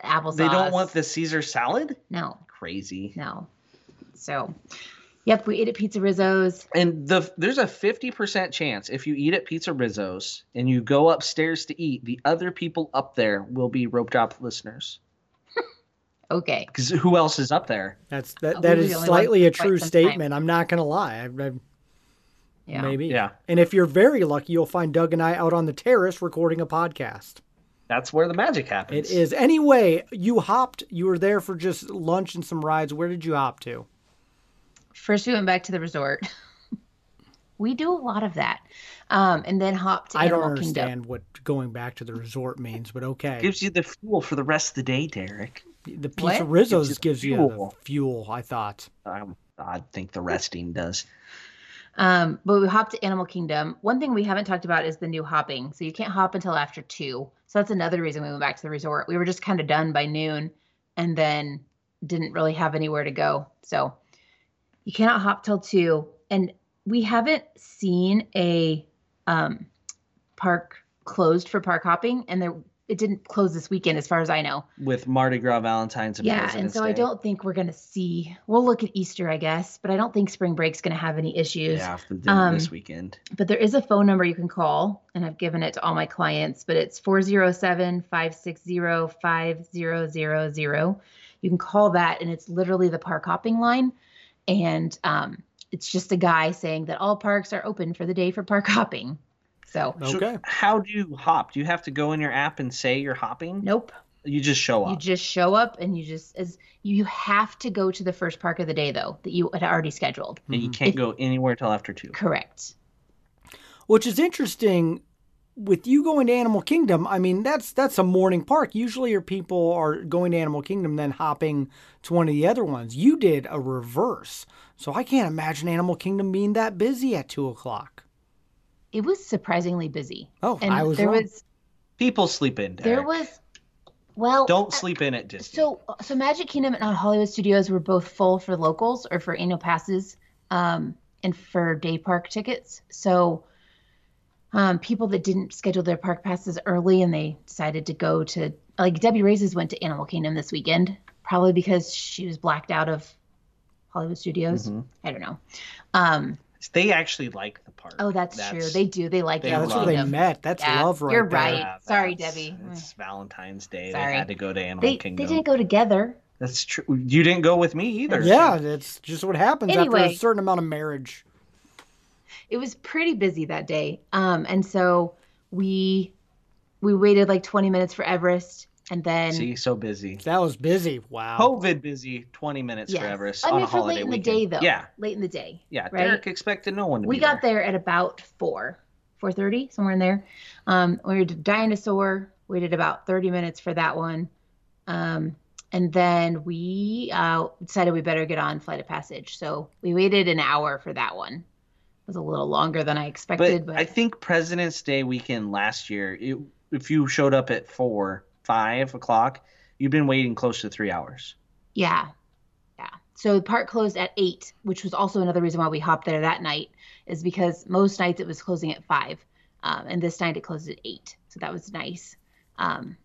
applesauce. They don't want the Caesar salad. No, Crazy. no. So, yep, we ate at Pizza Rizzo's. And the there's a fifty percent chance if you eat at Pizza Rizzo's and you go upstairs to eat, the other people up there will be rope drop listeners. Okay. Because who else is up there? That's that. Oh, We That were is the only slightly a ones for quite true some time. statement. I'm not gonna lie. I, I, Yeah. Maybe. Yeah. And if you're very lucky, you'll find Doug and I out on the terrace recording a podcast. That's where the magic happens. It is. Anyway, you hopped. You were there for just lunch and some rides. Where did you hop to? First, we went back to the resort. we do a lot of that, um, and then hop to I don't Animal understand Kingdom. what going back to the resort means, but okay. Gives you the fuel for the rest of the day, Derek. The What? pizza Rizzo's Gives you gives you the fuel. fuel. I thought. Um, I think the resting does. Um, but we hop to Animal Kingdom. One thing we haven't talked about is the new hopping. So you can't hop until after two. So that's another reason we went back to the resort. We were just kind of done by noon, and then didn't really have anywhere to go. So you cannot hop till two, and we haven't seen a um, park closed for park hopping, and there it didn't close this weekend, as far as I know. With Mardi Gras, Valentine's, and yeah and President's so i Day. don't think we're going to see we'll look at easter i guess but i don't think spring break's going to have any issues Yeah, for the, Um, this weekend. but there is a phone number you can call and i've given it to all my clients but it's 407-560-5000 you can call that and it's literally the park hopping line and um, it's just a guy saying that all parks are open for the day for park hopping so So Okay. how do you hop? Do you have to go in your app and say you're hopping? nope You just show Uh. You up. just show up and you just as you have to go to the first park of the day though that you had already scheduled. Hmm. and you can't go anywhere till after two. Correct. Which is interesting. With you going to Animal Kingdom, I mean that's that's a morning park. Usually, your people are going to Animal Kingdom, then hopping to one of the other ones. You did a reverse, so I can't imagine Animal Kingdom being that busy at two o'clock. It was surprisingly busy. Oh, and I was there wrong. was People sleep in. Derek. there was well Don't uh, sleep in at Disney. So so Magic Kingdom and Hollywood Studios were both full for locals or for annual passes um, and for day park tickets. So um, people that didn't schedule their park passes early and they decided to go to like Debbie Raises went to Animal Kingdom this weekend, probably because she was blacked out of Hollywood Studios. Mm-hmm. I don't know. Um, they actually like the park. oh, that's, true. They do. They like they Yeah, Animal that's where love they Kingdom. met. That's Yeah, love, right you're there. right. Sorry, that's- Debbie. It's Valentine's Day. Sorry. They had to go to Animal They, Kingdom. they didn't go together. That's true. You didn't go with me either. Yeah, that's just what happens after Anyway. a certain amount of marriage. it was pretty busy that day. Um, and so we we waited like 20 minutes for Everest, and then See, so busy. That was busy. Wow. COVID busy, 20 minutes Yes. for Everest I on mean, a for holiday late in the weekend. day though. Yeah, late in the day. yeah. right. Derek expected no one to we be got there at about four, 4:30 somewhere in there. Um, we were to dinosaur. Waited about 30 minutes for that one, um, and then we uh, decided we better get on Flight of Passage. So we waited an hour for that one. It was a little longer than I expected, But, but, I think President's Day weekend last year, it, if you showed up at four, five o'clock, you've been waiting close to three hours. Yeah. Yeah. So the park closed at eight, which was also another reason why we hopped there that night, is because most nights it was closing at five. Um, and this night it closed at eight, so that was nice. Um,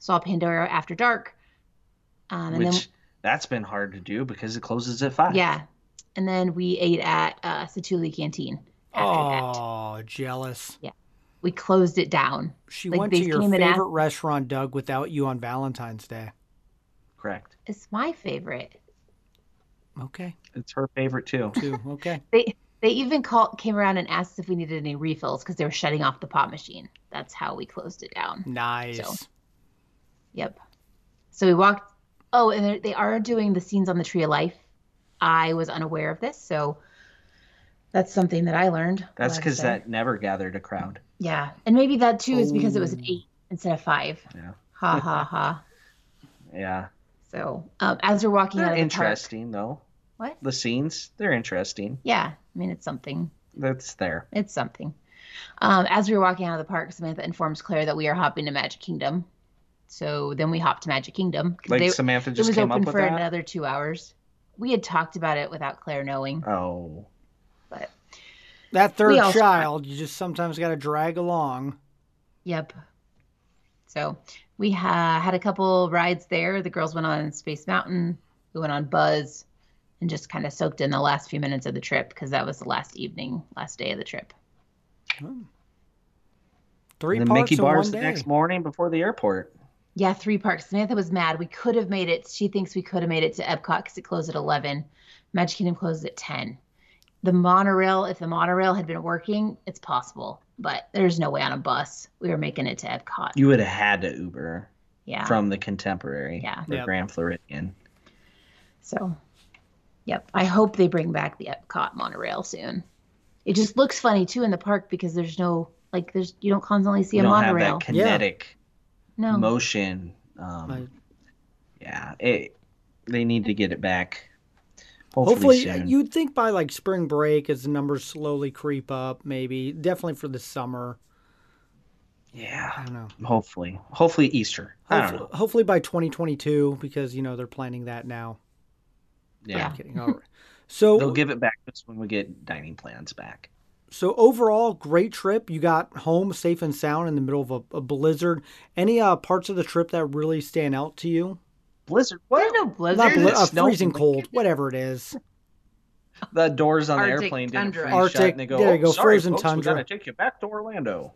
saw Pandora after dark. Um, and which then that's been hard to do because it closes at five. yeah, and then we ate at uh, Satuli Canteen. After that, Oh, jealous. we closed it down. She Like, went to they your came and favorite asked- restaurant, Doug, without you on Valentine's Day. correct. It's my favorite. Okay, It's her favorite too. two. Okay. They they even called came around and asked if we needed any refills because they were shutting off the pot machine. That's how we closed it down. Nice. Yep. So we walked. Oh, and they're- they are doing the scenes on the Tree of Life. I was unaware of this, so that's something that I learned. while That's I was because there. that never gathered a crowd. Yeah, and maybe that too is because it was an Oh. eight instead of five. Yeah. Ha ha ha. Yeah, So um, as we're walking out they're of the park, interesting though. what? The scenes they're interesting. Yeah, I mean it's something. That's there. It's something. Um, as we were walking out of the park, Samantha informs Claire that we are hopping to Magic Kingdom. So then we hop to Magic Kingdom. 'cause Like they- Samantha it just was came up open with for that. another two hours. We had talked about it without Claire knowing, Oh, but That third also- child, you just sometimes got to drag along. yep. So we ha- had a couple rides there. The girls went on Space Mountain. We went on Buzz and just kind of soaked in the last few minutes of the trip because that was the last evening, last day of the trip. Three and then parts Mickey in one bars day. the next morning before the airport. Yeah, three parks. Samantha was mad. We could have made it. She thinks we could have made it to Epcot because it closed at 11. Magic Kingdom closes at 10. The monorail, if the monorail had been working, it's possible, but there's no way on a bus we were making it to Epcot. You would have had to Uber yeah. from the Contemporary Yeah. or Yep. Grand Floridian. so, yep. I hope they bring back the Epcot monorail soon. It just looks funny too in the park because there's no like there's you don't constantly see You a don't monorail. have that kinetic no. motion. Um, Right. Yeah, it. They need to get it back. Hopefully, Hopefully, uh, soon. you'd think by like spring break, as the numbers slowly creep up, maybe definitely for the summer. I yeah, don't know. hopefully, hopefully Easter. I don't know. Hopefully, hopefully by 2022, because you know they're planning that now. Yeah. Yeah. Kidding. All right. So they'll give it back to us when we get dining plans back. So overall, great trip. You got home safe and sound in the middle of a, a blizzard. Any uh, parts of the trip that really stand out to you? Blizzard. There's What? no Not blizzard. bli- uh, snow. freezing cold, whatever it is. The doors on Arctic the airplane didn't tundra. freeze shut, Arctic- and they go, there oh, you go, sorry, frozen folks, tundra." We gotta take you back to Orlando.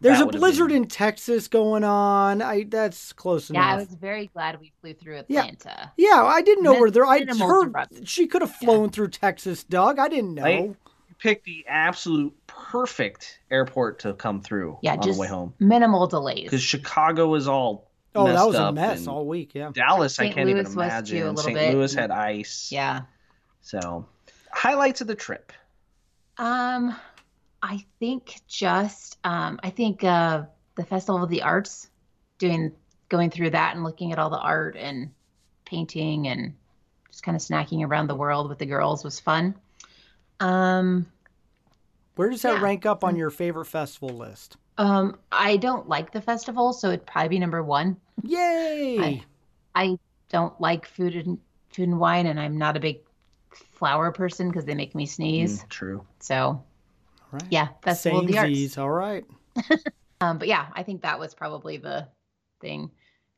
There's a would've blizzard been- in Texas going on. I that's close Yeah, I enough. was very glad we flew through Yeah. Atlanta. Yeah, I didn't know Min- where there. I minimal heard disruption. she could have flown through Texas, Doug. I didn't know. Right? You picked the absolute perfect airport to come through Yeah, on just the way home minimal delays. because Chicago was all Oh, that messed was a up, mess and all week. Yeah. Dallas, I St. can't Louis even was imagine. too, a little St. bit. Louis had ice. Yeah. So, highlights of the trip. Um, I think just um, I think uh, the Festival of the Arts, doing going through that and looking at all the art and painting and just kind of snacking around the world with the girls was fun. Um, Where does that Yeah. rank up on your favorite festival list? um, I don't like the festival, so it'd probably be number one. Yay! I- I don't like food and food and wine, and I'm not a big flower person because they make me sneeze. Mm, true. So all right. yeah, Festival of the Arts. Samesies, All right. Um, but yeah, I think that was probably the thing.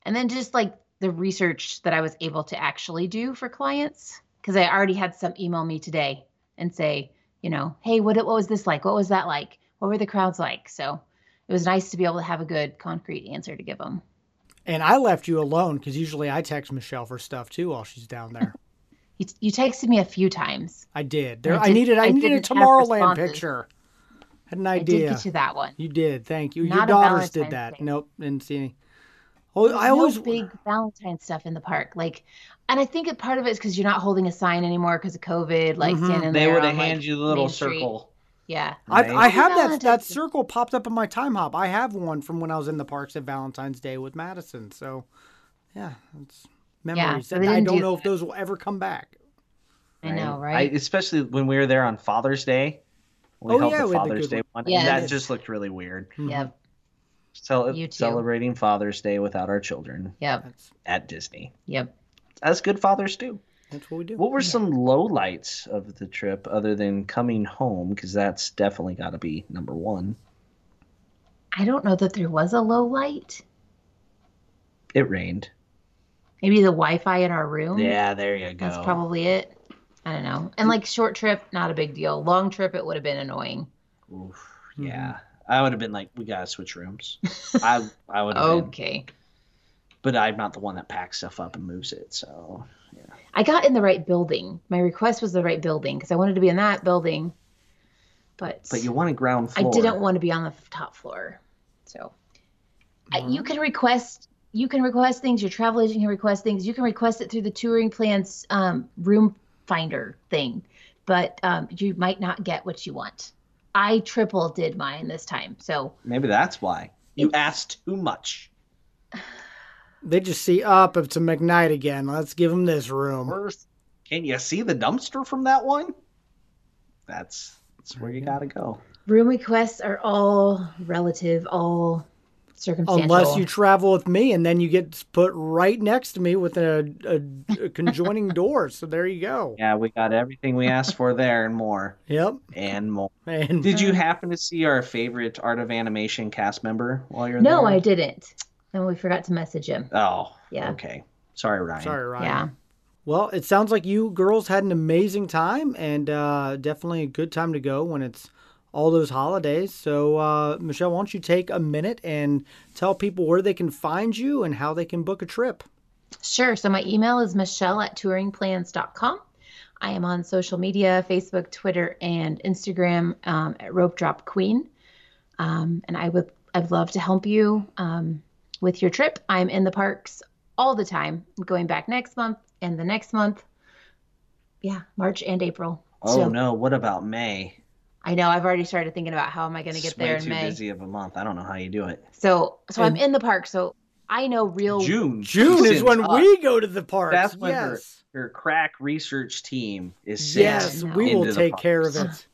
And then just like the research that I was able to actually do for clients, because I already had some email me today and say, you know, hey, what what was this like? What was that like? What were the crowds like? So it was nice to be able to have a good concrete answer to give them. And I left you alone because usually I text Michelle for stuff too while she's down there. You, you texted me a few times. I did. There, I I, did- needed. I, I needed a didn't have Tomorrowland responses. picture. Had an I did idea. get you that one. you did. Thank you. Your Not a daughters did Valentine's that. Day. Nope, didn't see any. Oh, I no always. big Valentine stuff in the park, like, and I think a part of it is because you're not holding a sign anymore because of COVID, like Mhm. standing They there would on, have like, handed you the little Main Street. circle. Yeah, I, I Right? have that that Valentine's Day. circle popped up in my time hop. I have one from when I was in the parks at Valentine's Day with Madison. So, yeah, it's memories. so that they I didn't don't do know if that. those will ever come back. I know, I- right? especially when we were there on Father's Day. We Oh, held yeah, the we had the Father's good Day one. one. Yes. And that just looked really weird. Yep, Cel- You too. Celebrating Father's Day without our children yep, That's at Disney. yep. As good fathers do. that's what we do. What were some lowlights of the trip other than coming home? Because that's definitely got to be number one. I don't know that there was a low light. It rained. Maybe the Wi-Fi in our room. Yeah, Mm. there you go. Mm-hmm. That's probably it. I don't know. And like short trip, not a big deal. Long trip, it would have been annoying. Oof, Mm-hmm. yeah, I would have been like, we gotta switch rooms. I I would have been, Okay. but I'm not the one that packs stuff up and moves it. So I got in the right building. My request was the right building because I wanted to be in that building. But, But you want a ground I floor. didn't want to be on the f- top floor. So I- you Mm-hmm. can request you can request things. Your travel agent can request things. You can request it through the touring plans um, room finder thing, but um, you might not get what you want. I triple did mine this time, so Maybe that's why you asked too much. They just see up. It's a McKnight again. Let's give him this room. First, can you see the dumpster from that one? That's that's where you gotta go. room requests are all relative, all circumstantial. Unless you travel with me, and then you get put right next to me with a, a, a conjoining door. So there you go. Yeah, we got everything we asked for there and more Yep. and more. And Did you happen to see our favorite Art of Animation cast member while you're there? no, I didn't. And we forgot to message him. Oh, Yeah. Okay, sorry, Ryan. sorry, Ryan. Yeah. Well, it sounds like you girls had an amazing time and uh, definitely a good time to go when it's all those holidays. So, uh, Michelle, why don't you take a minute and tell people where they can find you and how they can book a trip? Sure. So my email is michelle at touringplans.com. I am on social media Facebook, Twitter, and Instagram um, at Rope Drop Queen. Um, and I would I'd love to help you um, with your trip. I'm in the parks all the time. I'm going back next month and the next month. Yeah, March and April. Oh So no, what about May? I know I've already started thinking about how am I going to It's get way there too in May. busy of a month. I don't know how you do it. So so I'm in the park. So I know real June. Oh, June is Since when up. we go to the parks. That's when her, yes. her crack research team is sent Yes, Yeah, we will into the take care of parks. it.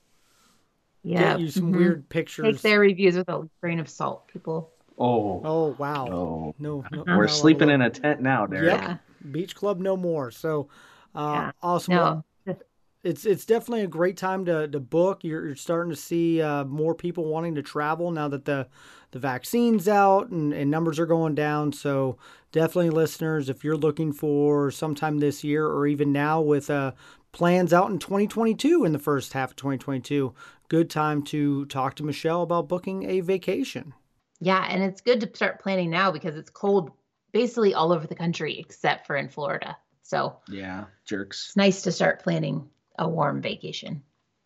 yeah Get you some mhm. weird pictures. Take their reviews with a grain of salt, people. Oh, Oh, wow. no. No, no, We're sleeping in a tent now, Derek. Yep. beach club no more. So, uh, Yeah. awesome. Well, No. it's it's definitely a great time to, to book. You're, you're starting to see uh, more people wanting to travel now that the the vaccine's out and, and numbers are going down. So definitely, listeners, if you're looking for sometime this year or even now with uh, plans out in 2022 in the first half of 2022, good time to talk to Michelle about booking a vacation. Yeah, and it's good to start planning now because it's cold basically all over the country except for in Florida. So Yeah, jerks. it's nice to start planning a warm vacation.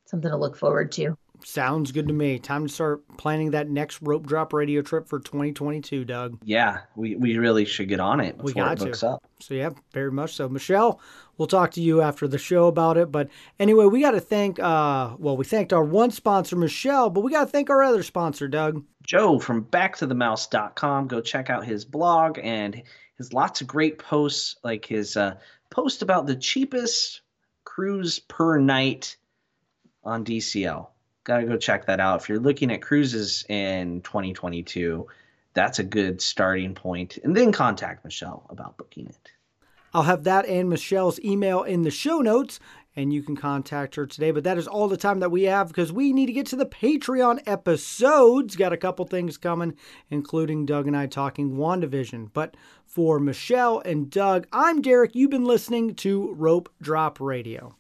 Something to look forward to. Sounds good to me. Time to start planning that next rope drop radio trip for 2022, Doug. Yeah, we, we really should get on it before We got it to. books up. So yeah, very much so. Michelle, we'll talk to you after the show about it. But anyway, we got to thank. Uh, well, we thanked our one sponsor, Michelle, but we got to thank our other sponsor, Doug. Joe from backtothemouse.com. Go check out his blog and his lots of great posts, like his uh, post about the cheapest cruise per night on DCL. Got to go check that out. If you're looking at cruises in 2022, that's a good starting point. And then contact Michelle about booking it. I'll have that and Michelle's email in the show notes, and you can contact her today. But that is all the time that we have because we need to get to the Patreon episodes. Got a couple things coming, including Doug and I talking WandaVision. But for Michelle and Doug, I'm Derek. You've been listening to Rope Drop Radio.